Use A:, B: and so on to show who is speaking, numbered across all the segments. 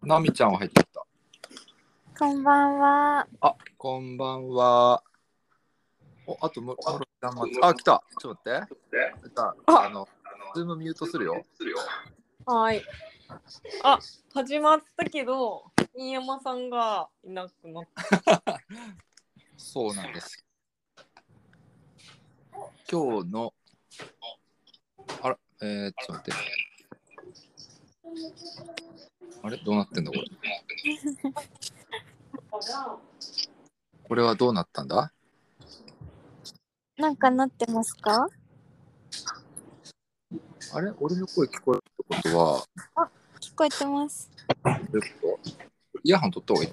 A: なみちゃんは入ってきた。
B: こんばんは。
A: あ、こんばんは。お、あとむ、ああ、来た。ちょっと待って。あ、あの、ズームミュートするよ。
C: はい。あ、始まったけど、新山さんがいなくなった。
A: そうなんです。今日の、あら、えー、ちょっと待って。あれどうなってんだこれ。これはどうなったんだ
B: なんかなってますか
A: あれ俺の声聞こえるってことは、
B: 聞こえてます。
A: どういうことイヤホン取った方がい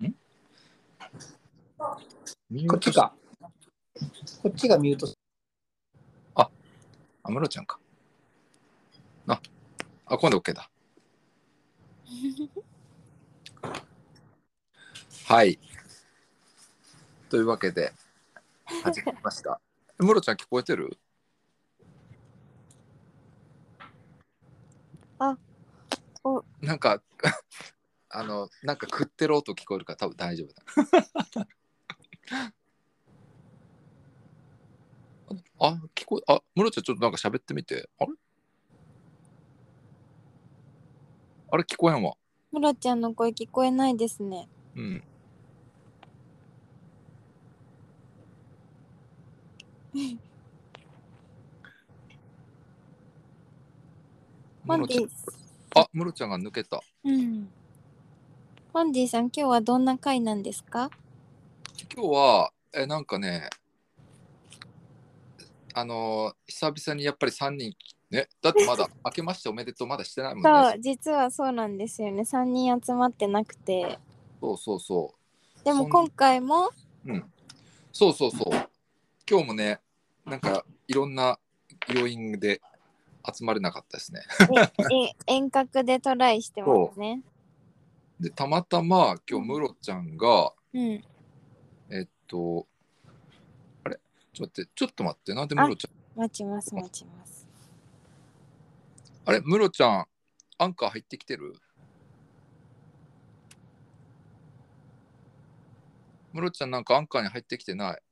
A: いのかんミュート
D: こっちか。こっちがミュート。
A: あ、ムロちゃんか。あ、あ今度 OK だ。はい。というわけで、始まりました。 ムロちゃん聞こえてる
B: あお
A: なんか、あの、なんか食ってる音聞こえるから多分大丈夫だ。 あ、聞こえ、あ、ムロちゃんちょっとなんか喋ってみて。あれあれ聞こえんわ。
B: ムロちゃんの声聞こえないですね。
A: うん。
B: モ
A: ムロ
B: ンデ
A: ちゃん
B: ィ
A: あ、ムロちゃんが抜けた。
B: うん。モンディさん、今日はどんな回なんですか
A: 今日は、え、なんかね、あのー久々にやっぱり3人、ね、だってま だ、明けましておめでとうまだしてないもん
B: そ
A: ね。
B: う、実はそうなんですよね。3人集まってなくて。
A: そうそうそ
B: で
A: そ
B: も
A: ん
B: 今回も、
A: う。うん。そうそうそう。今日もね、なんかいろんな要因で集まれなかったですね。
B: え遠隔でトライしてますね。
A: で、たまたま今日ムロちゃんが、
B: うん。
A: えっと、あれちょっと待って、ちょっと待って、なんでムロちゃん
B: 待ちます、待ちます。
A: あれムロちゃん、アンカー入ってきてるムロちゃんなんかアンカーに入ってきてない。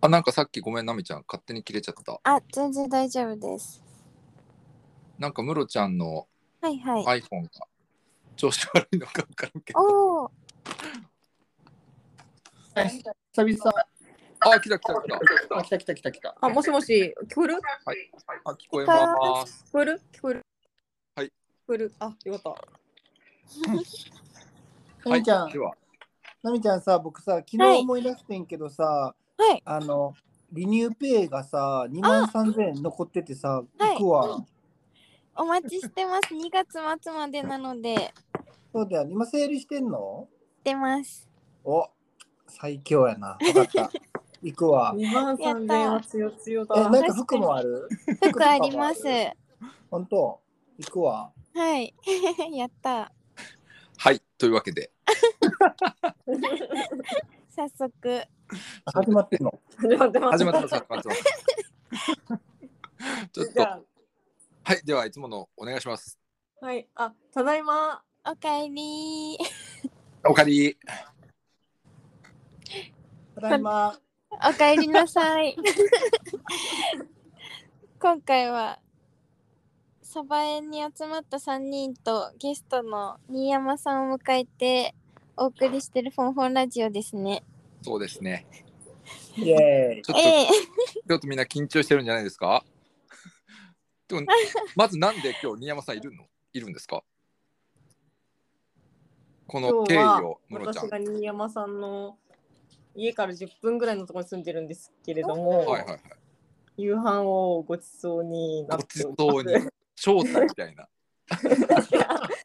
A: あ、なんかさっきごめん、ナミちゃん、勝手に切れちゃった。
B: あ、全然大丈夫です。
A: なんかムロちゃんの
B: はいはい。
A: iPhone が調子悪いのか分からんけど。
B: おお、
D: 久々。
A: あ、来た来た来た。
D: あ、来た来た来た来た。
C: あ、もしもし、聞こえる
A: あ、聞こえます。
C: 聞こえる聞こえる
A: はい
C: 聞こえるあ、よかっ
D: なみちゃん、
A: はい、では。
D: なみちゃんさ、僕さ、昨
B: はい
D: 日思い出してんけどさ、
B: はい
D: あの、リニューペイがさ、2万3000円残っててさ、
B: はい
D: 行くわ。
B: お待ちしてます。2月末までなので、
D: そうだよ、ね、今整理してんの
B: 出 ます。
D: お、最強やな。わか った。行く
C: た。
D: わ。
C: 2万
B: 3000
C: 3000
B: 円
C: 円
B: は
C: は強強
D: え、
C: だ
D: な。んか服もある
B: 服あります。
D: 服とかも
B: は
D: 本当行くわ。
B: い。 やった。
A: はい、というわけで。
B: 早速。
D: あ始まってんの。
C: 始まってます。
A: 始まってます。始まってます。 ちょっ
C: じ
A: と、
C: ゃ
A: はい、ではいつものお願いします。
C: あはい。あ、ただいま。
B: おかえり。
A: おかえり。
D: ただいま。
B: おかえりなさい。 今回は、サバ園に集まった3人とゲストの新山さんを迎えてお送りしてるフォンフォンラジオですね。
A: そうですね。
D: イェーイ。
A: ちょっと、
B: ええ
A: ちょっとみんな緊張してるんじゃないですか。 でも、まずなんで今日新山さんいるの、いるんですか。この
C: 今日
A: 経緯
C: は
A: を、ムロ
C: 私
A: ちゃん。
C: が新山さんの家から10分ぐらいのところに住んでるんですけれども、
A: はいはいはい。
C: 夕飯をごちそうになっ
A: ごち
C: ており
A: そう
C: ます
A: に。招待みたい な。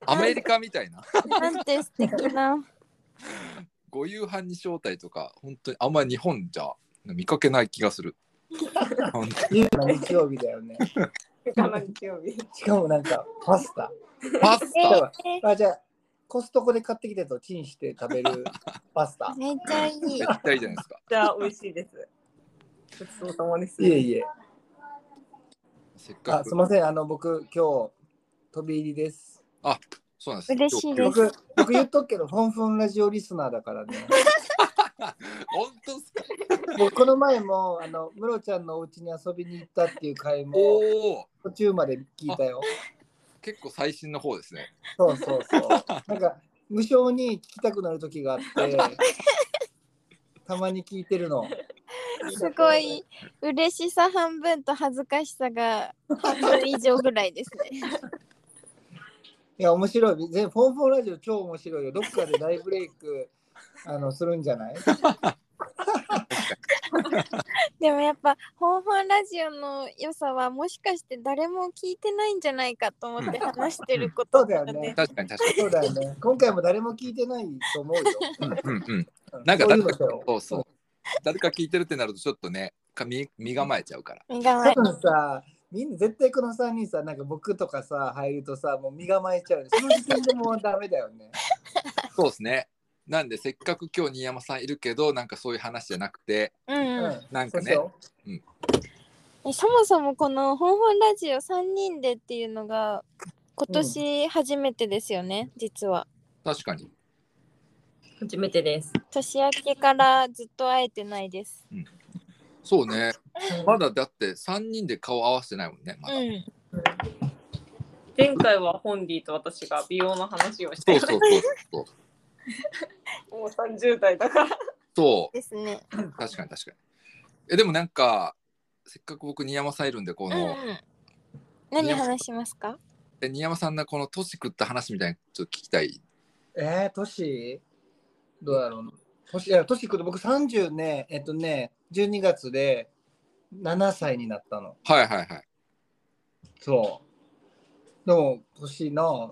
A: アメリカみたいな。
B: なんて素敵な。
A: ご夕飯に招待とか、本当にあんまり日本じゃ見かけない気がする。本当
D: ゆうの日曜日だよね。
C: かな日曜日。
D: しかもなんか、パスタ。
A: パス
B: え
A: タ。
B: え。
D: あじゃあコストコで買ってきたやつをチンして食べるパスタ
B: めっちゃいい。
A: めっちゃいいじゃないですか。
C: じゃあ美味しいです。ごちそうさまです。
D: いえいえ。
A: せっか
D: あ
A: く。
D: すみません、あの僕、今日、飛び入りです。
A: そうなんです。
B: 嬉しいです
D: 僕、僕言っとくけど、フォンフォンラジオリスナーだからね。
A: 本当っすか
D: 僕、この前も、あの、ムロちゃんのお家に遊びに行ったっていう回
A: お
D: も、
A: お、
D: 途中まで聞いたよ。
A: 結構最新の方ですね。
D: そうそうそう。なんか、無性に聞きたくなる時があ って、たまに聞いてるの。
B: すごい 嬉しさ半分と恥ずかしさが半分以上ぐらいですね。
D: いや、面白い。全フォンフォンラジオ超面白いよ。どっかで大ブレイクあのするんじゃない
B: でもやっぱ本本ラジオの良さはもしかして誰も聞いてないんじゃないかと思って話してること
D: そうだよね。
A: 確かに確か
D: そうだよね。今回も誰も聞いてないと思うよ。
A: に。うんうんうん。
D: う
A: なんか
D: そう
A: 誰
D: いうの
A: か
D: だよ。
A: そうそう。誰か聞いてるってなるとちょっとね、か身身構えちゃうから。
B: 身構え
D: 多分さ、みんな絶対この3人さ、なんか僕とかさ、入るとさ、もう身構えちゃう。その時点でもうダメだよね。
A: そうですね。なんでせっかく今日新山さんいるけど、なんかそういう話じゃなくて、
B: うん、
A: なんかね
D: そう
B: えそもそもこの「本本ラジオ」3人でっていうのが今年初めてですよね、実は。
A: 確かに。
C: 初めてです。
B: 年明けからずっと会えてないです。
A: そうね。
D: しょ
A: まだだって三人で顔合わせてないもんね。ま
B: う
A: だ。
B: ん、
C: 前回はホンディと私が美容の話をし
A: そ
C: て
A: う、そうそうそう。
C: もう30代だから。
A: そう。
B: ですね。
A: 確かに確かに。えでもなんかせっかく僕新山さんいるんでこ
B: うんう
A: の、
B: ん、何話しますか
A: で新山さんのこの年食った話みたいなのちょっと聞きたい。
D: えー、年どうだろうな。年、いや、年くる僕30ね、えっとね、12月で7歳になったの。
A: はいはいはい。
D: そう。でも、年な。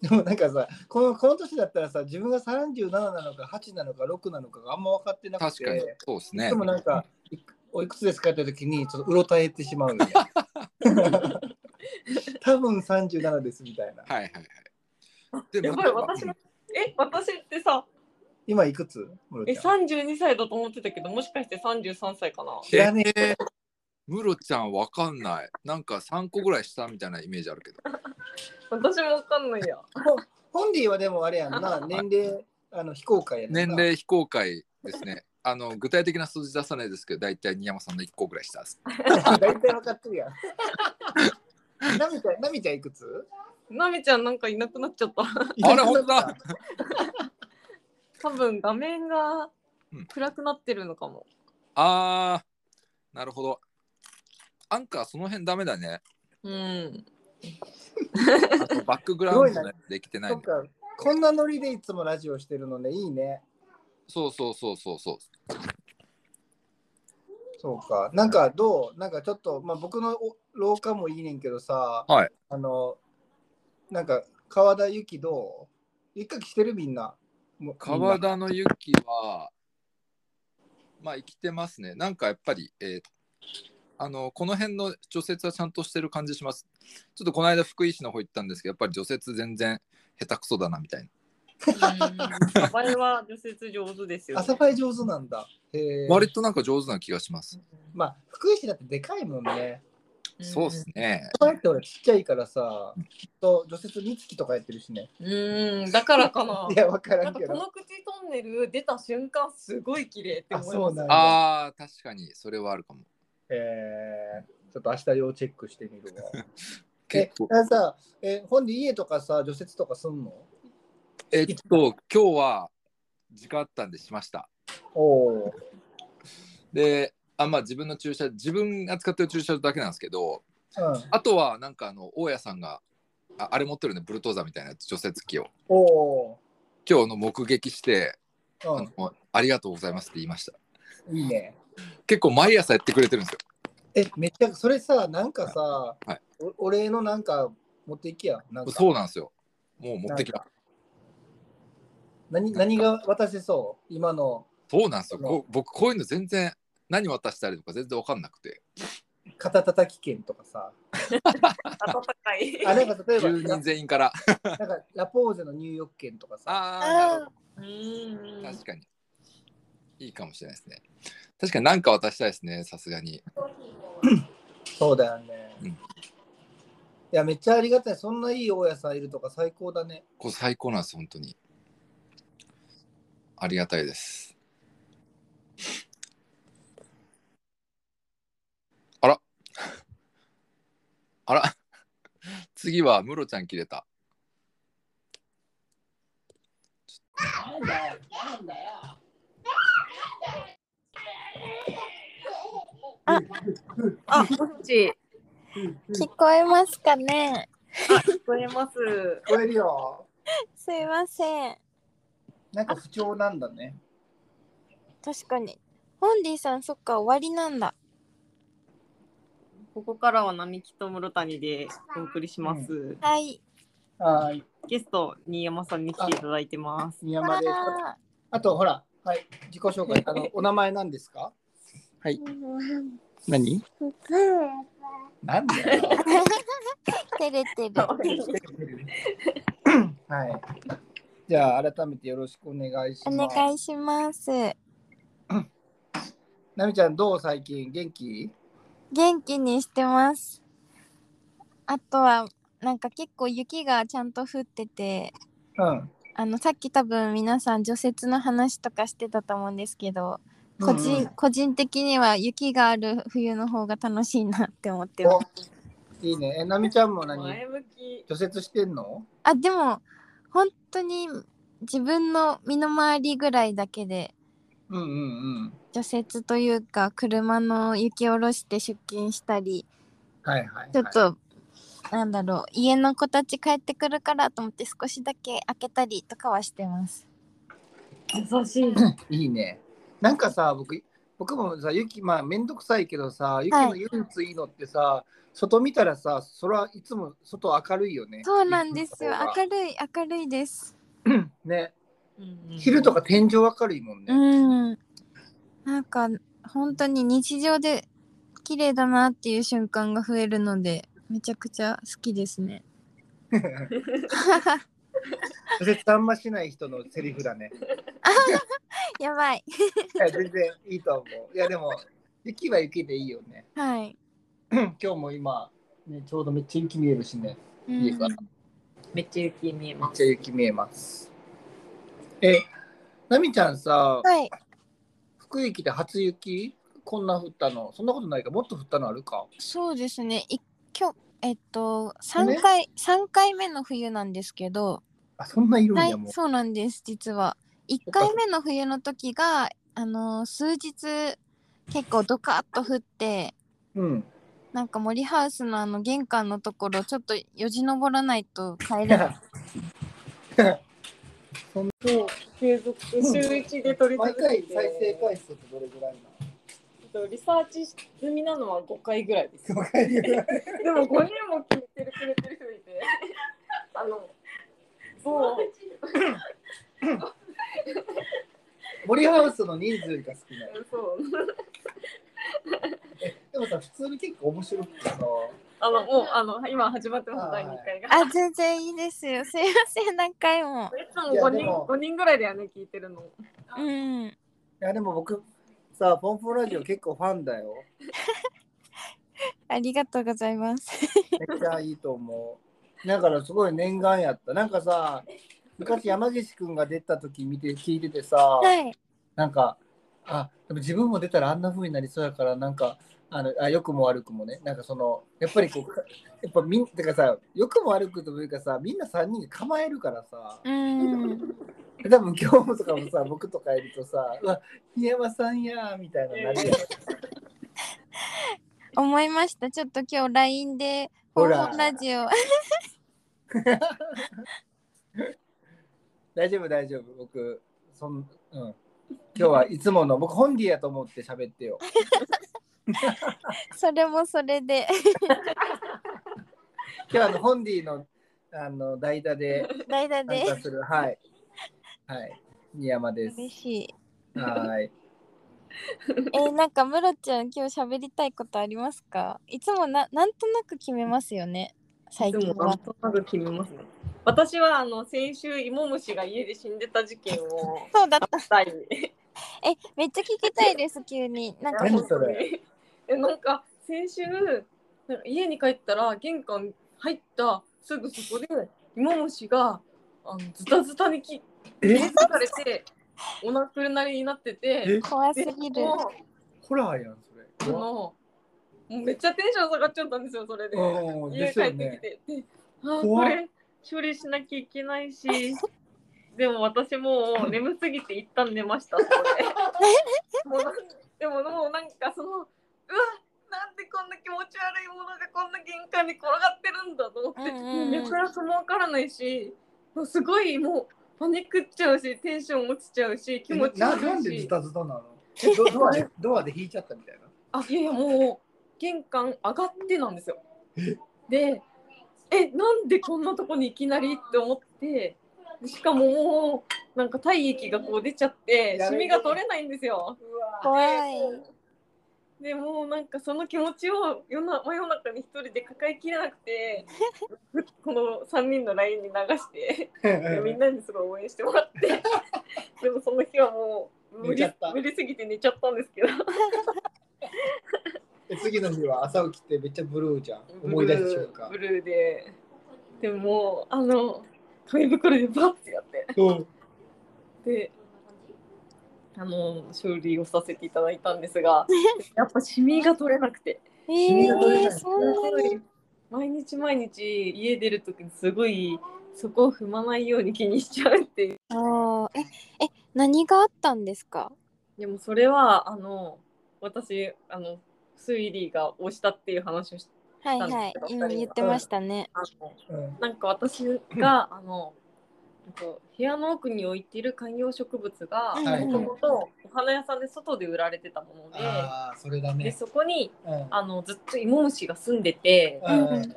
D: でもなんかさ、このこの年だったらさ、自分が37なのか、8なのか、6なのかがあんま分かってなく
A: 確かに
D: て、
A: そうですね
D: で。もなんか、いおいくつですかって時に、ちょっとうろたえてしまうよね。多分37ですみたいな。
A: はいはいはい。で
C: やばい、私の。え、私ってさ、
D: 今いくつムロ
C: え、
D: ちゃん
C: 32歳だと思ってたけど、もしかして33歳かな
D: 知らね
A: えームロちゃんわかんない。なんか三個ぐらい下みたいなイメージあるけど。
C: 私もわかんないや。
D: ホンディはでもあれやんな、年齢あの非公開やね
A: 年
D: んな。
A: 齢非公開ですね。あの具体的な数字出さないですけど、大体新山さんの一個ぐらい下です。
D: 大体分かってるやん。ナミちゃん、ナミちゃんいくつ
C: なみちゃんなんかいなくなっちゃった。
A: あれほんとだ
C: 多分画面が
A: うん
C: 暗くなってるのかも。
A: あー、なるほど。アンカーその辺ダメだね。
C: うん。
A: あとバックグラウンドができてない
D: そ
A: ね、
D: っか、こんなノリでいつもラジオしてるのね、いいね。
A: そうそうそうそうそう。
D: そうか、なんかどうなんかちょっと、まあ、僕のお廊下もいいねんけどさ、
A: はい
D: あの、なんか川田由紀どう一回来てるみんな。もう
A: 川。
D: みんな
A: 田の雪は、まあ生きてますね。なんかやっぱり、えーあのこの辺の除雪はちゃんとしてる感じします。ちょっとこの間福井市の方行ったんですけど、やっぱり除雪全然下手くそだなみたいな。
C: 名前は除雪上手ですよ、
D: 朝
C: ね。
D: ファイ上手なんだ。へえ。
A: 割となんか上手な気がします。
D: まあ、福井市だってでかいもんね。
A: そうっすね。
D: こうやって俺ちっちゃいからさ、と除雪三月とかやってるしね。
C: うん、だからかな。
D: いや、わから
C: なん
D: ん
C: か
D: け
C: こ
D: ど。
C: の口トンネル出た瞬間すごい綺麗って思い
D: あそう
C: ま
D: な
C: す
D: ん。だ
A: ああ、確かにそれはあるかも。
D: えー、ちょっと明日用チェックしてみるわ。
A: 結構。
D: え、さ、え、本で家とかさ、除雪とかすんの
A: えっと、今日は時間あったんでしました。
D: おお。
A: で、あまあ、自分の駐車、自分が使ってる駐車場だけなんですけど、
D: うん。
A: あとはなんかあの大家さんがああれ持ってるねブルトーザーみたいなやつ除雪機を
D: おお
A: 今日の目撃して、
D: ー。
A: あのありがとうございますって言いました
D: うん。いいね。
A: 結構毎朝やってくれてるんですよ
D: え、めっちゃ、それさ、なんかさ、
A: はい
D: おお礼のなんか持っていきや。なんか
A: そうなんですよもう持ってき
D: な
A: た
D: んか何何が渡せそう今の
A: そうなんですよ
D: そう
A: こう僕こういうの全然何渡したりとか全然分かんなくて
D: 肩たたき券とかさ。
C: 暖かい。
D: あ、なんか例えば、
A: 住
D: な
A: 人全員から
D: なんかラポーゼの入浴券とかさ。
A: ああなるほ
C: うん
A: ど確かにいいかもしれないですね確かに何か渡したいですね、さすがに。
D: そうだよね。
A: うん
D: いや、めっちゃありがたい。そんないい大家さんいるとか最高だね。
A: こう最高なんです、本当に。ありがたいです。あら。あら。次はムロちゃん切れた。
C: あ、もっち、
B: 聞こえますかね
C: 聞こえます。
D: 聞こえるよ。
B: すいません
D: なんか不調なんだね。
B: 確かにホンディさんそっか終わりなんだ
C: ここからは並木と室谷でお送りします。
B: はい
D: はい。
C: ゲスト、新山さんに来ていただいてます。
D: 宮
B: わ
D: 山です。
B: あ
D: あと、ほら、はい。自己紹介。あの、お名前なんですか何なんだよ。
B: 照れてる
D: はい。じゃあ、改めてよろしくお願いし
B: お
D: ます。
B: 願いします
D: なみちゃん、どう最近元気
B: 元気にしてますあとはなんか結構雪がちゃんと降ってて
D: うん。
B: あのさっき多分皆さん除雪の話とかしてたと思うんですけど個人,、
D: うんうん
B: 個人的には雪がある冬の方が楽しいなって思ってます
D: おいいね。え、なみちゃんも何
C: 前向き。
D: 除雪してんの
B: あでも本当に自分の身の回りぐらいだけで
D: うんうんうん。
B: 除雪というか車の雪下ろして出勤したり
D: はいはい、はい。
B: ちょっと、なんだろう家の子たち帰ってくるからと思って少しだけ開けたりとかはしてます。
C: 優しい。
D: いいね。なんかさ、僕、僕もさ、雪、まあ、めんどくさいけどさ、雪
B: は
D: の
B: い
D: 唯一いいのってさ、外見たらさ、それはいつも外明るいよね。
B: そうなんですよ
D: 雪の方が
B: 明るい明るいです。
D: ね、
C: 昼
D: 昼とか天井明るいもんね。
B: うん。なんか本当に日常で綺麗だなっていう瞬間が増えるのでめちゃくちゃ好きです ね。
D: 除雪あんましない人のセリフだね。
B: やばい。
D: いや、全然いいと思う。いや、でも、雪は雪でいいよね。
B: はい。
D: 今日も今、ね、ちょうどめっちゃ雪見えるしね。
B: う
D: いいか
B: ん
D: な。
C: めっちゃ雪見え
D: め
C: ま
D: っちゃ雪見えます。え、なみちゃんさ、
B: はい。
D: 福井来て初雪こんな降ったのそんなことないかもっと降ったのあるか
B: そうですね。い今日えっと
D: ね
B: 3回三回目の冬なんですけど。
D: あそんないるん
B: はい
D: や、もう、
B: そうなんです実は1
D: っか
B: 回目の冬の時があのー数日結構ドカッと降って
D: うん
B: なんか森ハウスのあの玄関のところちょっとよじ登らないと帰れない
C: す。もう継続、週一で撮り続けて。
D: 回数ってどれぐらい
C: えっとリサーチ済みなのは5回ぐらいです。
D: なの回ぐらい
C: でも5人も聞いてくれてる人いて、 あの、某
D: 森ハウスの人数が少ない
C: そう、
D: でもさ普通に結構面白くてさ
C: あの、もう、あの、今始まってます、第2回が。
B: あ全然いいですよすいません何回も
C: いつも5
D: いやでも
C: 人、五人ぐらいだよね、聞いてるの。
B: うん
D: いやでも僕さポンポンラジオ結構ファンだよ
B: ありがとうございます
D: めっちゃいいと思うだからすごい念願やったなんかさ昔山岸くんが出た時見て聞いててさ、
B: はい
D: なんか、あ、でも自分も出たらあんな風になりそうやから、なんか、あの、あ、良くも悪くもね、なんかその、やっぱり こう、かやっぱみん、てかさ、良くも悪くというかさ、みんな3人で構えるからさ、
B: うん
D: 多分今日とかもさ、僕とかいるとさ、うわ、檜山さんやーみたいななるやん。
B: 思いましたちょっと今日 LINE で「
D: ほ
B: ほ
D: ら
B: らラジオ」
D: 大丈夫、大丈夫、僕、そん、うん。今日はいつもの、僕、本ディやと思って喋ってよ。
B: それもそれで
D: 今日はあの、ホンディの、あの、代打で
B: 代打
D: 参
B: で
D: 加する、はい。はい。檜山です。
B: 嬉しい
D: はい。
B: えーなんかムロちゃん今日喋りたいことありますかいつもななんとなく決めますよね最
C: で
B: 近
C: も、
B: は
C: となく決めますね。私は、あの、先週、イモムシが家で死んでた事件を、
B: そうだった
C: したい。
B: え、めっちゃ聞きたいです、急に。なんか、
D: 何それ
C: えなんか先週なんか家に帰ったら玄関入ったすぐそこで芋虫があのズタズタにき
D: え
C: 切かれてお亡くなりになってて
B: 怖す
C: で
B: ぎる。
C: も
D: ホラーやん、そ
C: あ
D: れ。
C: のもうめっちゃテンション下がっちゃったんですよそれで。
D: うん、
C: 家
D: で
C: 帰
D: すよ
C: ってきて、
D: ね。
C: であー
D: 怖っ
C: これ処理しなきゃいけな いしでも私もう眠すぎて一旦寝ました そこでもうなんでももうなんかそのうわなんでこんな気持ち悪いものがこんな玄関に転がってるんだと思って、
B: うんうんうん
C: もう寝たらそもわからないしもうすごいもうパニックっちゃうしテンション落ちちゃうし気持ち
D: なな
C: 悪
D: ん
C: い
D: でズ
C: し
D: タズタなのえドドアでドアで引いちゃったみたいな。
C: あいやいやもう玄関上がってなんですよ。でえなんでこんなとこにいきなりって思ってしかももうなんか体液がこう出ちゃって
D: や
C: シ
D: めて
C: ミが取れないんですよ。
B: 怖い。
C: でもうなんかその気持ちを夜な真夜中に一人で抱えきれな くてこの3人の LINE に流してみんなにすごい応援しても らってでもその日はもう無
D: 寝ちゃ
C: 理
D: った
C: 無理すぎて寝ちゃったんですけど
D: え次の日は朝起きてめっちゃブルーじゃん。思い出す瞬間
C: ブ。ルーブルーで。でも、あの、紙袋でバッてやって、
D: うん
C: で、あの、修理をさせていただいたんですが、やっぱシミが取れなくて、
B: え
D: みが取れ
B: ー、
D: ない
B: そんなに。
C: 毎日毎日家出るときにすごい、そこを踏まないように気にしちゃうっていう。
B: ああ、え、え、何があったんですか。
C: でもそれは、あの、私、あの、推理が押したっていう話をし
B: はいはい、今言ってましたね。
C: あの
D: うん
C: なんか私があのなんか部屋の奥に置いている観葉植物が
B: うん
D: うん
C: もともとお花屋さんで外で売られてたもので
D: ああ、それだ
C: で
D: ね。
C: そこに
D: うん
C: あのずっと芋虫が住んでて
D: うんうん
C: で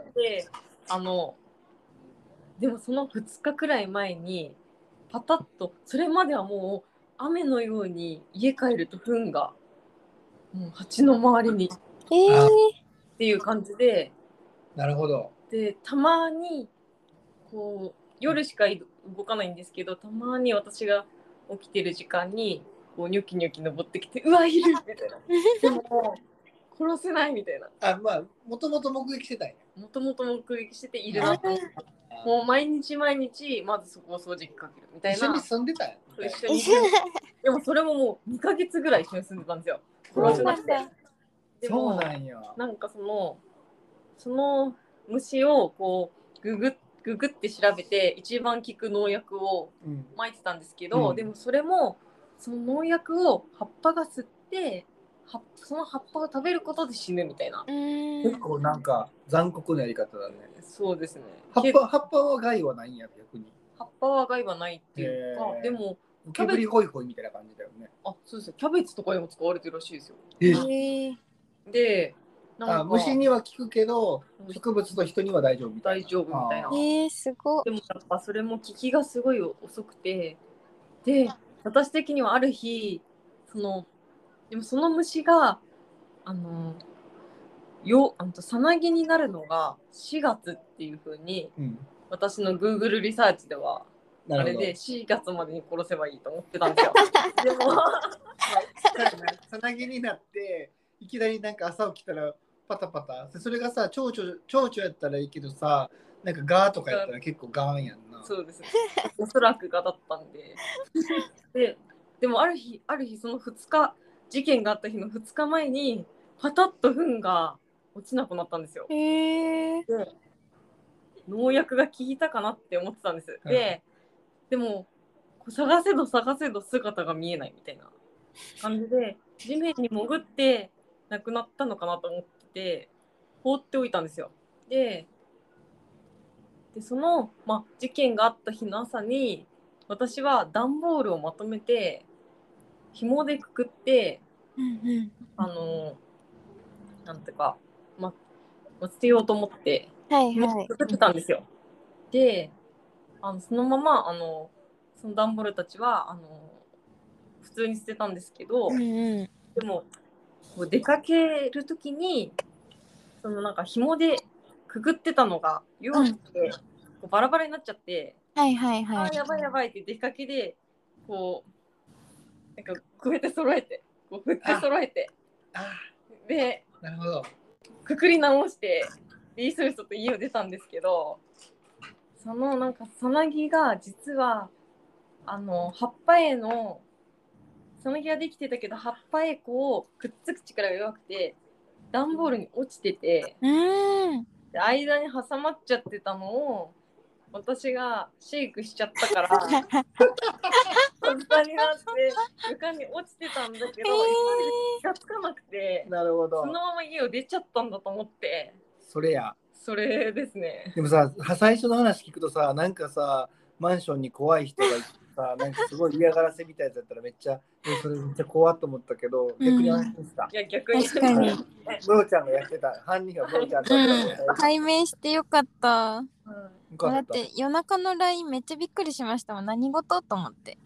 C: あのでもその2日くらい前にパタッとそれまではもう雨のように家帰ると糞がもう鉢の周りにっ
B: えー、
D: あ
C: ていう感じで。
D: なるほど。
C: でたまにこう夜しかい動かないんですけどたまに私が起きてる時間にこうニョキニョキ登ってきて「うわいる!」みたいなでも殺せないみたいな
D: あ、まあ、もともと目撃してたんや。
C: もともと目撃してているなってもう毎日毎日まずそこを掃除機かけるみたい
D: 一緒に
C: な
D: 住んでたんや。
C: 一緒に住んででもそれももう2ヶ月ぐらい一緒に住んでたんですよ殺せなくて
B: そうなん
C: でも
D: そうなんや。
C: なんかそのその虫をこうググググって調べて一番効く農薬を
D: うん
C: 撒いてたんですけど、
D: うん
C: でもそれもその農薬を葉っぱが吸って葉っその葉っぱを食べることで死ぬみたいな
B: うー
D: 結
B: ん。
D: 構なんか残酷なやり方だね。
C: そうですね
D: 葉っ
C: け
D: ぱ葉っぱは害はないんや、逆に。
C: 葉っぱは害はないっていうか
D: へー
C: でも
D: 受けぶりホイホイみたいな感じだよね。
C: あそうですよキャベツとかにも使われてるらしいですよ
B: え
D: え
B: ー、
C: でな
D: あ
C: んか
D: 虫には効くけど
C: 虫
D: 植物と人には大丈夫みたいな。
C: 大丈夫みたいな
D: あ
B: えー、すごい。
C: でもやっぱそれも聞きがすごい遅くてで私的にはある日そのでもその虫があのよあのさなぎになるのが4月っていう風に
D: ー。うん。
C: 私の Google リサーチではあ
D: なる
C: れ
D: ほど
C: で。4月までに殺せばいいと思ってたんですよ。でも
D: さなぎになっていきなりなんか朝起きたらパタパタでそれがさ蝶々蝶々やったらいいけどさなんかガーとかやったら結構ガーンやんな。
C: そうです ね。おそらくがだったんで。 で、でもある日、ある日その2日、事件があった日の2日前に、パタッと糞が落ちなくなったんですよ。
B: えー、
C: 農薬が効いたかなって思ってたんです。で、でも、こう探せど探せど姿が見えないみたいな感じで、地面に潜って亡くなったのかなと思ってて、放っておいたんですよ。で、でその、まあ、事件があった日の朝に、私は段ボールをまとめて、紐でくくって、
B: うんうん。
C: あのなんていうか、まあまあ、捨てようと思って、
B: はい
C: も
B: は
C: う
B: い。
C: 作ってたんですよ。であのそのままあのその段ボールたちはあの普通に捨てたんですけ
B: う
C: ど、
B: んうん。
C: でもこう出かける時にそのなんか紐でくぐってたのが弱くて、こうバラバラになっちゃって、
B: はいはいは
C: あー
B: い。
C: やばいやばいって出かけでこうなんかこうやって揃えてこう振って揃えて
D: あ
C: で
D: なるほど。
C: くくり直してリースーソと家を出たんですけどそのなんかさなぎが実はあの葉っぱへのさなぎができてたけど葉っぱへこうくっつく力が弱くて段ボールに落ちてて
B: うん。
C: で間に挟まっちゃってたのを私がシェイクしちゃったから葉っぱになって床に落ちてたんだけど、気がつかなくて
D: なるほど
C: そ。のまま家を出ちゃったんだと思って。
D: それや。
C: それですね。
D: でもさ、は最初の話聞くとさ、なんかさ、マンションに怖い人がいてさ、なんかすごい嫌がらせみたいなやつだったらめっちゃ、えそれめっちゃ怖っと思ったけど、逆に安心した
C: い。や、逆に。
B: 確かに
D: ブーちゃんがやってた。犯人がブーちゃんだった
B: う
D: の
B: ん
D: よ。
B: 解明してよかった。
C: う
D: か
B: だ
D: っ。
B: ったて夜中の LINE めっちゃびっくりしましたもん。何事と思って。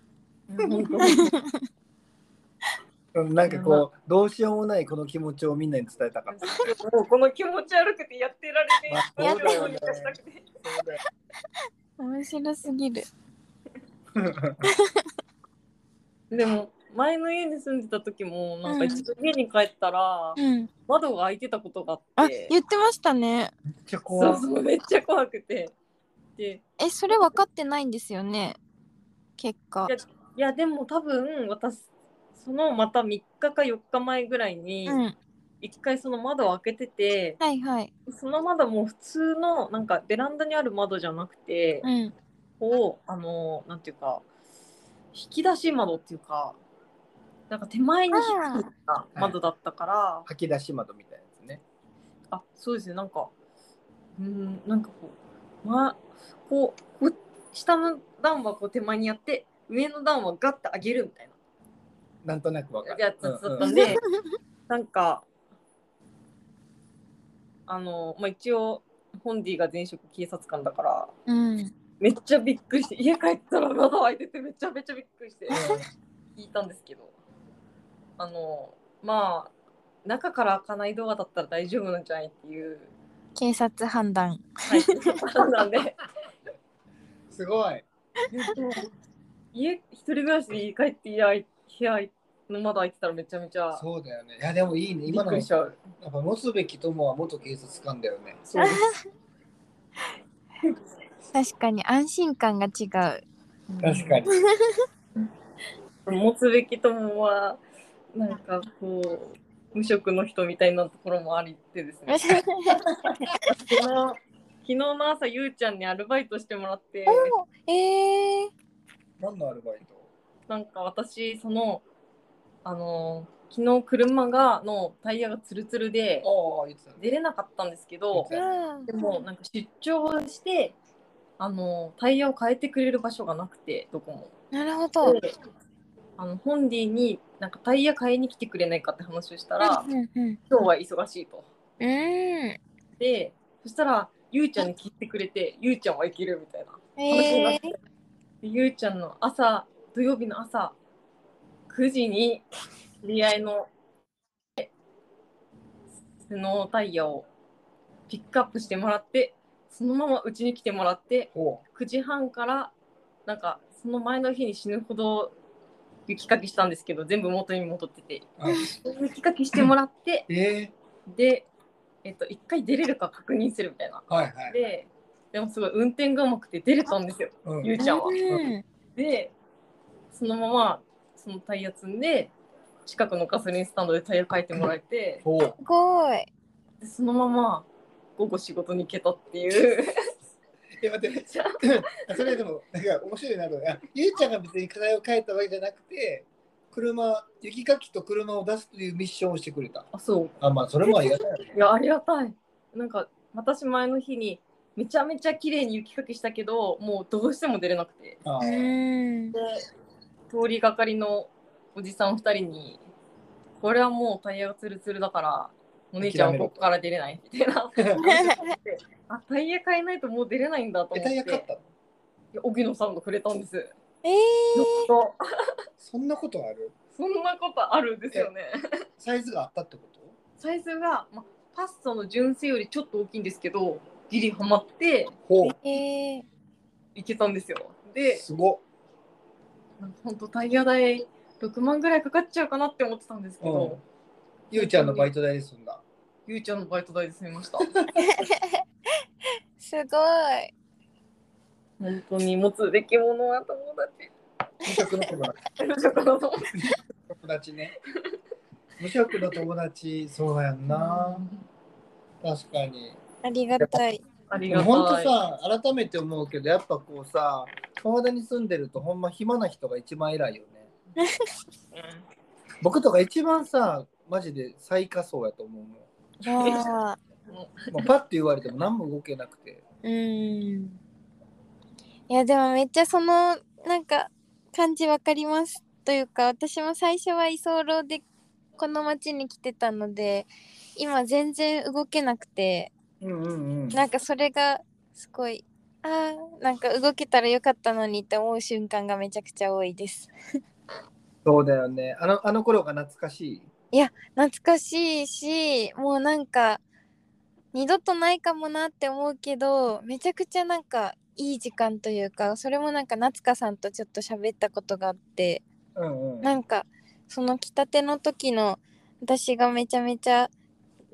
C: ん本当
D: うんなんかこう、どうしようもないこの気持ちをみんなに伝えたかった。
C: もうこの気持ち悪くてやってられねえ。
D: や
B: って
C: どうにかしたくて
B: 面白すぎる。
C: でも、前の家に住んでた時も、なんか一度家に帰ったら、
B: うん。
C: 窓が開いてたことがあ
B: あ
C: っ、て、
B: 言ってましたね。
D: めっちゃ
C: そ
D: 怖
C: う
D: い。
C: そう、めっちゃ怖くて。で、
B: え、それ分かってないんですよね。結果。
C: いや、でも多分、私、そのまた3日か4日前ぐらいに
B: う、ん。
C: 一回その窓を開けてて、
B: はいはい。
C: その窓も普通の、なんかベランダにある窓じゃなくて、
B: うん。
C: をあのなんていうか引き出し窓っていうかなんか手前に引き出した窓だったからあ,、
D: 吐き出し窓みたいなやつね。
C: そうですねなんかうーんなんかこう,、ま、こうこう下の段はこう手前にやって上の段はガッて上げるみたい
D: なんとなくわか
C: な
D: る。
C: やつだった
D: うんうん
C: んで、なんかあの、まあ、一応ホンディが前職警察官だから
B: うん。
C: めっちゃびっくりして家帰ったら窓開いててめちゃめちゃびっくりして。聞いたんですけどあのまあ中から開かないドアだったら大丈夫なんじゃないっていう
B: 警察判断。
C: はい判断で
D: すごい。
C: 家一人暮らしで家帰って家開い部屋の窓開いてたらめちゃめちゃ
D: そうだよね。いやでもいいね。
C: びっ
D: 今の
C: く
D: や
C: り
D: っ
C: しちゃう
D: ぱ持つべき友は元警察官だよね。
C: そうです
B: 確かに安心感が違う。
D: 確かに。
C: 持つべき友はなんかこう無職の人みたいなところもありってですね昨日昨日の朝ゆうちゃんにアルバイトしてもらって
B: ええ
D: 何のアルバイト
C: なんか私そのあのー昨日車がのタイヤがツルツルで
D: ああ、言ってたね
C: 出れなかったんですけど
B: ー。
C: でもなんか出張してあのータイヤを変えてくれる場所がなくてどこも
B: なるほど。
C: であのホンディになんかタイヤ変えに来てくれないかって話をしたら
B: うんうん
C: 今日は忙しいと
B: うん。う
C: でそしたらゆうちゃんに聞いてくれてゆうちゃんは行けるみたいな
B: ーん。ええ
C: でゆうちゃんの朝土曜日の朝9時に知り合いのスノータイヤをピックアップしてもらってそのままうちに来てもらって
D: ほ
C: 9時半からなんかその前の日に死ぬほど雪かきしたんですけど全部元に戻ってて
D: う。あ
C: 雪かきしてもらって
D: え
C: で、えっと、1回出れるか確認するみたいな
D: ー、はいはい。
C: ででもすごい運転がうまくて出れたんですよ
D: うん
C: ゆうちゃんは。
B: うん。
C: でそのままそのタイヤ積んで近くのガソリンスタンドでタイヤ変えてもらえて
D: ほう
B: すごい。
C: でそのまま午後仕事に行けたっていう
D: え、待って、 それでも、なんか面白いなと。あゆうちゃんが別に課題を変えたわけじゃなくて、車、雪かきと車を出すというミッションをしてくれた。
C: あそ
D: あ、まあ、それもありがたいよね。
C: ういやありがたいなんか私前の日にめちゃめちゃ綺麗に雪かきしたけどもうどうしても出れなくて
D: あ
B: う
D: ー
B: ん。
C: 通りがかりのおじさん2人に「これはもうタイヤがツルツルだからお姉ちゃんはここから出れない」みたい なあタイヤ変えないともう出れないんだと
D: え、
C: 思
D: タ
C: っ
D: イ
C: て
D: ヤ買ったの
C: いや荻野さんがくれたんです。
B: ええ
D: そんなことある
C: そんなことあるんですよね。
D: サイズがあったってこと
C: サイズが、ま、パスタの純正よりちょっと大きいんですけど、ギリハマって
D: ほ
B: ー。ええ
C: いけたんですよ。
D: う。
C: で、
D: すごっ。
C: 本当タイヤ代6万ぐらいかかっちゃうかなって思ってたんですけど、
D: ゆうちゃんのバイト代ですんだ。
C: ゆうちゃんのバイト代で済みました。
B: すごい。
C: 本当に持つべきものは友達。
D: 無職の友達。
C: 無職の友達
D: 友達ね。無職の友達、そうやんな。確かに。
B: ありがたい。
C: あり
D: で
C: が
D: も
C: たい。
D: 本当さ、改めて思うけど、やっぱこうさ、川田に住んでると、ほんま暇な人が一番偉いよね。僕とか一番さ、マジで最下層やと思うもん。も
B: わあ。
D: うパッて言われても何も動けなくて。
B: うん。いやでもめっちゃそのなんか感じわかりますというか私も最初は居候でこの町に来てたので今全然動けなくて
D: うんうんうん。
B: なんかそれがすごいあーなんか動けたらよかったのにって思う瞬間がめちゃくちゃ多いです
D: そうだよね。あのあの頃が懐かしい。
B: 懐かしいしもうなんか二度とないかもなって思うけどめちゃくちゃなんかいい時間というかそれもなんか夏香さんとちょっと喋ったことがあって
D: うんうん。
B: なんかその来たての時の私がめちゃめちゃ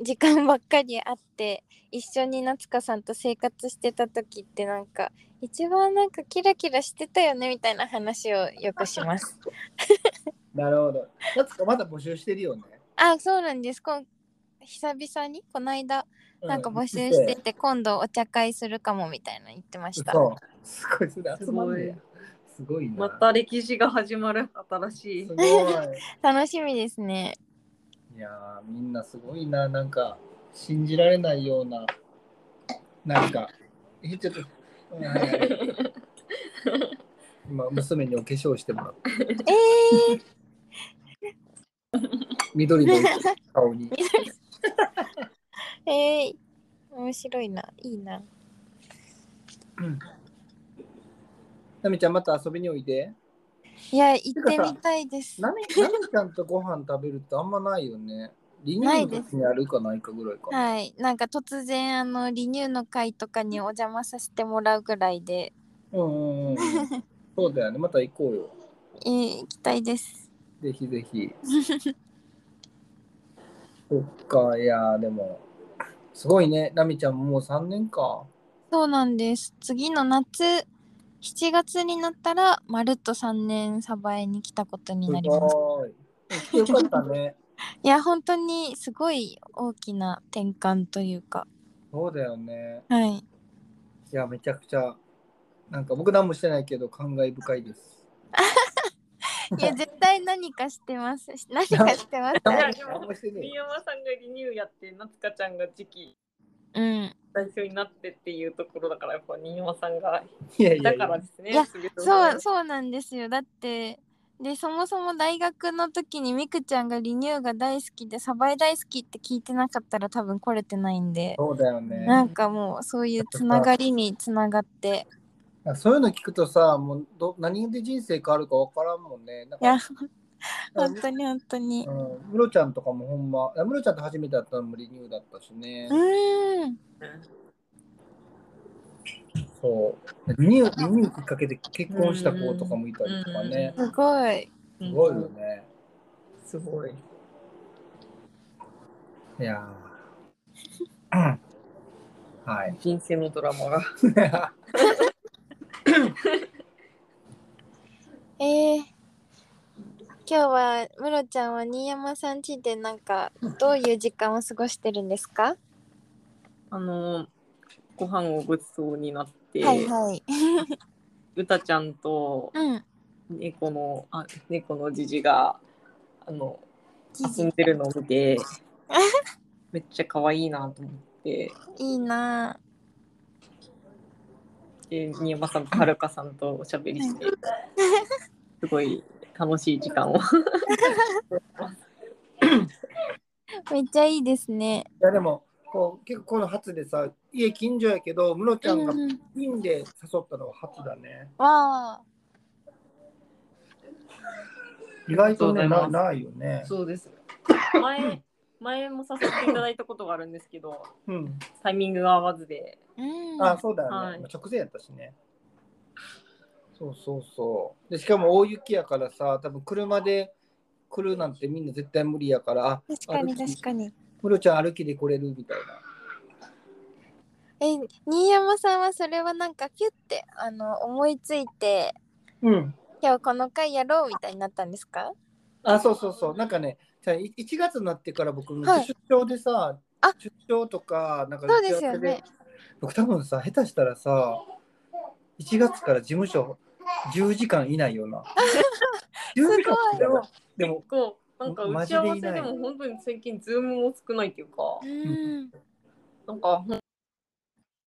B: 時間ばっかりあって一緒に夏香さんと生活してた時ってなんか一番なんかキラキラしてたよねみたいな話をよくします。
D: なるほど。夏子まだ募集してるよね。
B: あそうなんですこん久々にこの間なんか募集
D: う
B: してて今度お茶会するかもみたいな言ってました。
D: そう。すごい、それ集まんねや
C: す。
D: すごいな。
C: また歴史が始まる新しい
D: す。ごい。
B: 楽しみですね。
D: いやーみんなすごいな、なんか信じられないような、なんか、え、ちょっと、うん今、娘にお化粧してもらった。
B: えー、
D: 緑の顔に。
B: えー、面白いな。いいな。
D: なみちゃん、また遊びにおいで。
B: いや、行ってみたいです。
D: なみなみちゃんとご飯食べるってあんまないよね。リニューの時にあるかないかぐらいか。
B: はい、なんか突然あのリニューの会とかにお邪魔させてもらうぐらいで、
D: うんうんうん。そうだよね、また行こうよ。
B: えー行きたいです。
D: ぜひぜ ひ。そっか、いやーでも、すごいね、なみちゃんももう3年か。
B: そうなんです。次の夏、7月になったらまるっと3年サバエに来たことになります。
D: ごーい。よかったね。
B: いや、本当にすごい大きな転換というか、
D: そうだよね。
B: はい。
D: いや、めちゃくちゃ、なんか僕何もしてないけど、感慨深いです。
B: いや、絶対何かしてます。何かしてます。
C: やでも
D: 何もしてねえ
C: 新山さんがリニューやって、夏香ちゃんが次期
B: うん。
C: 代表になってっていうところだから、やっぱ新山さんが
D: いやいや
C: だ
D: いや
C: からですね。
B: いや
C: 全てを
B: そう、そうなんですよ。だって、で、そもそも大学の時にみくちゃんがリニューが大好きで、サバイ大好きって聞いてなかったら多分来れてないんで、
D: そうだよね。
B: なんかもうそういうつながりにつながって、
D: そういうの聞くとさ、もうど何で人生変わるかわからんもんね。なん
B: い
D: か
B: や、本当に本当に
D: う。ん、ムロちゃんとかもほんま、いやムロちゃんと初めて会ったのもリニューだったしね。
B: うーん。
D: そう。リニュー、リニューきっかけで結婚した子とかもいたりとかね。
B: すごい。
C: う
D: す
C: ん
D: ごいよね。
C: すごい。
D: いやーはい。
C: 人生のドラマが。
B: えー、今日はムロちゃんは新山さん家でなんかどういう時間を過ごしてるんですか、
C: あのご飯をごちそうになって、
B: はいはい。
C: うたちゃんと
B: うん。
C: 猫のあ猫のじじがあの
B: じ
C: 遊んでるのを 見てめっちゃ可愛いなと思って
B: いいな
C: で新山さんとはるかさんとおしゃべ りしてすごい楽しい時間を
B: ぁめっちゃいいですね。
D: いやでもこう結構この初でさ家近所やけどムロちゃんが
B: うんうん
D: ピンで誘ったのは初だね、
B: わあ。
D: 意外と
C: あ
D: ね
C: りがと
D: なな
C: うございます
D: いよね
C: そうです前前もさせていただいたことがあるんですけど
D: うん
C: タイミングが合わずで
B: うん。
D: あそうだよね、
C: はい
D: まあ直前やったしねそうそうそう。でしかも大雪やからさ、多分車で来るなんてみんな絶対無理やから、あ、
B: 確かに
D: 歩き
B: 確かに。
D: ムロちゃん歩きで来れるみたいな。
B: え、新山さんはそれはなんかピュってあの思いついて、
D: うん。
B: 今日この回やろうみたいになったんですか
D: あ、そうそうそう。なんかね、じゃあい1月になってから僕、
B: はい
D: 出張でさ、
B: あ
D: 出張とか、なんか
B: そうですよね
D: 打ち合わせで僕多分さ、下手したらさ、1月から事務所10時間いない よな。10時間
B: すごい
D: でも、でも、
C: こうなんか
D: マ
C: 打
D: ジ
C: ち
D: で
C: 合
D: いな
C: わ
D: い
C: せでも本当に最近ズームも少ないっていうか、
B: うん。
C: なんかほん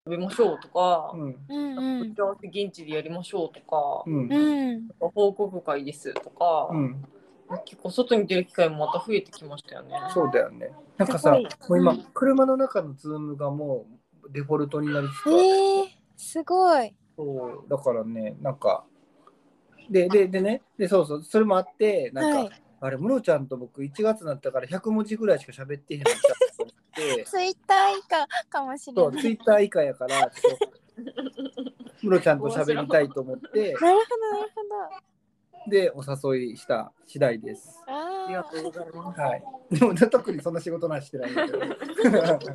C: 食べましょうとか、
D: うん。
B: うんう
C: 打
B: ん
C: ち合わせ現地でやりましょうとか、
D: うん。
B: うん。
C: 報告会ですとか、
D: うん、
C: 結構外に出る機会もまた増えてきましたよね。
D: そうだよね。なんか
C: す
D: さ、
C: ごい
D: もう今、
B: うん
D: 車の中のズームがもうデフォルトになりつつある
B: えー、すごい。
D: そうだからね、なんか、で、で、でね、で、そうそう、それもあって、なんか、
B: はい
D: あれ、ムロちゃんと僕、1月になったから100文字ぐらいしか喋ってへんのちゃうと思 って、
B: ツイッター以下かもし
D: そ
B: れ
D: う、
B: ない。
D: ツイッター以下やから、ちょっとムロちゃんと喋りたいと思っ
B: な
D: て、
B: るほどなる
D: で、お誘いした次第です。
C: あ
B: ほ
C: り
B: ど。
C: が
B: あ
C: とうございます。
D: はい。でも、特にそんな仕事なんしてないんだけど。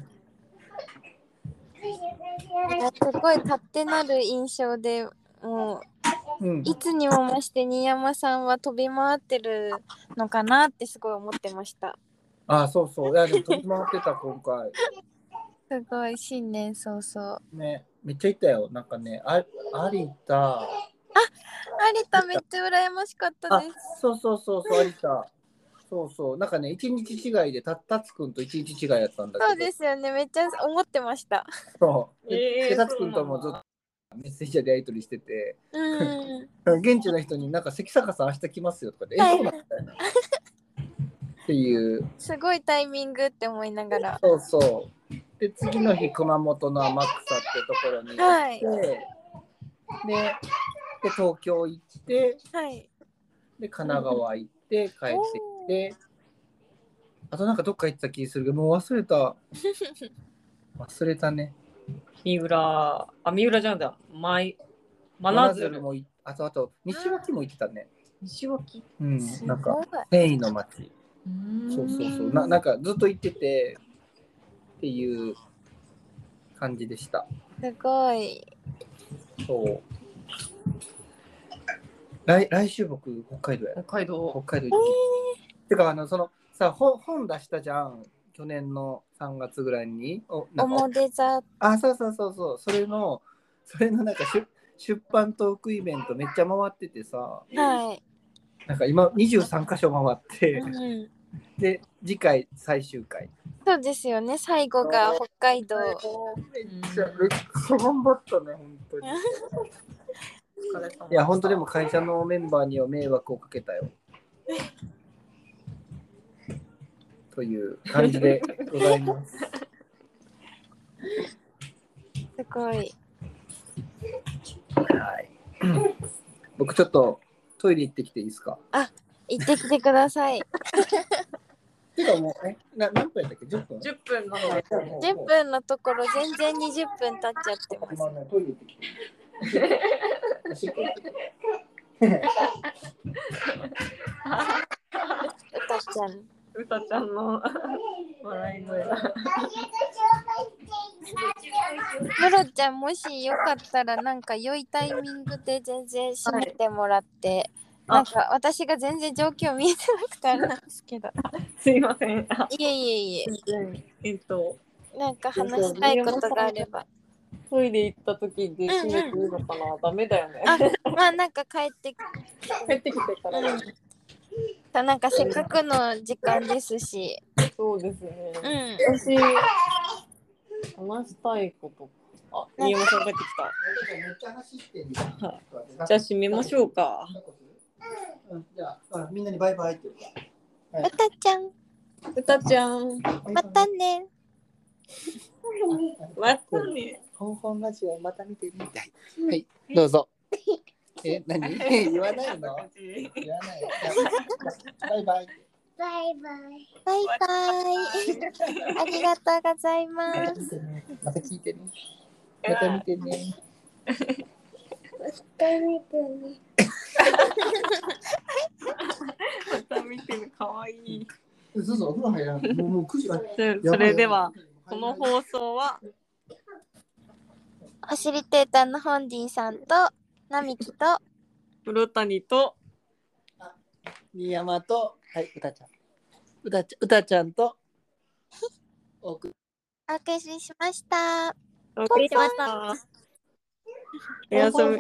B: あ、いやすごい勝手なる印象でもう
D: うん、
B: いつにも増して新山さんは飛び回ってるのかなってすごい思ってました。
D: あ、そうそう。いや、でも、飛び回ってた、今回。
B: すごい新年早々。
D: ね、めっちゃ行ったよ。なんかね、あ有田、
B: 有田めっちゃ羨ましかった
D: あ
B: です。
D: そうそうそうそう、有田。そうそう、なんかね、一日違いで、たたつくんと一日違いやったんだけど。
B: そうですよね。めっちゃ思ってました。
D: そう。
C: えー
D: でたつくんともずっとメッセージでやり取りしてて、
B: うん。
D: 現地の人になんか関坂さん明日来ますよとかで、え、そうなんだよな。っていう、
B: すごいタイミングって思いながら。
D: そうそう。で、次の日、熊本の天草ってところに行って、
B: はい
D: で、で、東京行って、
B: はい。
D: で、神奈川行って、帰ってきて、あとなんかどっか行ってた気するけど、もう忘れた。忘れたね。
C: 三浦、あ、三浦じゃんだ。マイ、マナズル。
D: もいあとあと、西脇も行ってたね。
C: 西脇。
D: うん
B: す、ご
D: ないんか、繊維の町。
C: そ
D: そうそうそう。ななんかずっと行ってて、っていう感じでした。
B: すごい。
D: そう。来来週僕、北海道や。
C: 北海道。
D: 北海道行ってきて。てか、あの、その、さ、本本出したじゃん。去年の3月ぐらいに。お
B: お
D: なんか
B: もデザート。
D: あ、そうそうそうそう、それの、それのなんか出出版トークイベントめっちゃ回っててさ、
B: はい。
D: なんか今23箇所回って
B: う、ん。
D: で、次回最終回。
B: そうですよね。最後が北海道。
D: めっちゃ、めっちゃ頑張ったね、本当に。い
C: い
D: や、本当でも。会社のメンバーには迷惑をかけたよ。という感じでございます。
B: すごい。
D: はい。僕ちょっとトイレ行ってきていいですか
B: 行ってきてくだ さい。
D: てかもう、え、な何分やったっけ ?10 分
C: 10分なので。
B: 10分のところ全然20分経っちゃってます。
D: まあね、トイレ行ってきて。おしっこ行ってきて
B: うたちゃん。
C: うたちゃんの笑い声が。
B: ムロちゃんもしよかったらなんか良いタイミングで全然閉めてもらって、
C: あ
B: なんか私が全然状況見えてなくてあれなんですけど
C: すいません。あ
B: いえいえい
C: えっと、
B: えなんか話したいことがあれば
C: トイレ行った時で閉めていいのかな、ダメだよね。
B: あまあなんか帰ってき
C: 帰ってきてからだね。
B: たなんかせっかくの時間ですし
C: そうですね。
B: うん
C: 私、話したいこと。あ、新山さん帰ってき
D: めっちゃ走ってんじゃん
C: はた。じゃあ閉めましょうか。
D: うんじゃああみんなにバイバイって言うか
B: うたちゃん
C: うたちゃ
D: バ
C: ん、
D: イバ
B: ま
D: イ
B: たね
C: またね。
D: 本本ラジオまた見てみたい。はい、どうぞ。え、何言わないの言わない。バイバイ。
B: バイバイありがとうございます
D: また聞いてね。また見てね。
B: 見てね。
C: また見てる、かわいい。
D: そうそう、お風呂入らん。もうもう9時。あ
C: それでは、、この放送は、
B: ファシリテーターのホンディさんと、並木と、
C: 黒谷と、
D: 新山と、はい、うたちゃん。うたちうたちゃんと、おく
B: お送りしました。
C: お送りしました。おやすみ、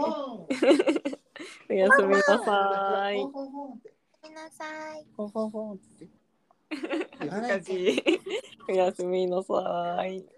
C: おやすみなさーい。
B: ごめんなさい。
D: フォンフォンフォンって。言わない
C: 恥ずかしいおやすみなさーい。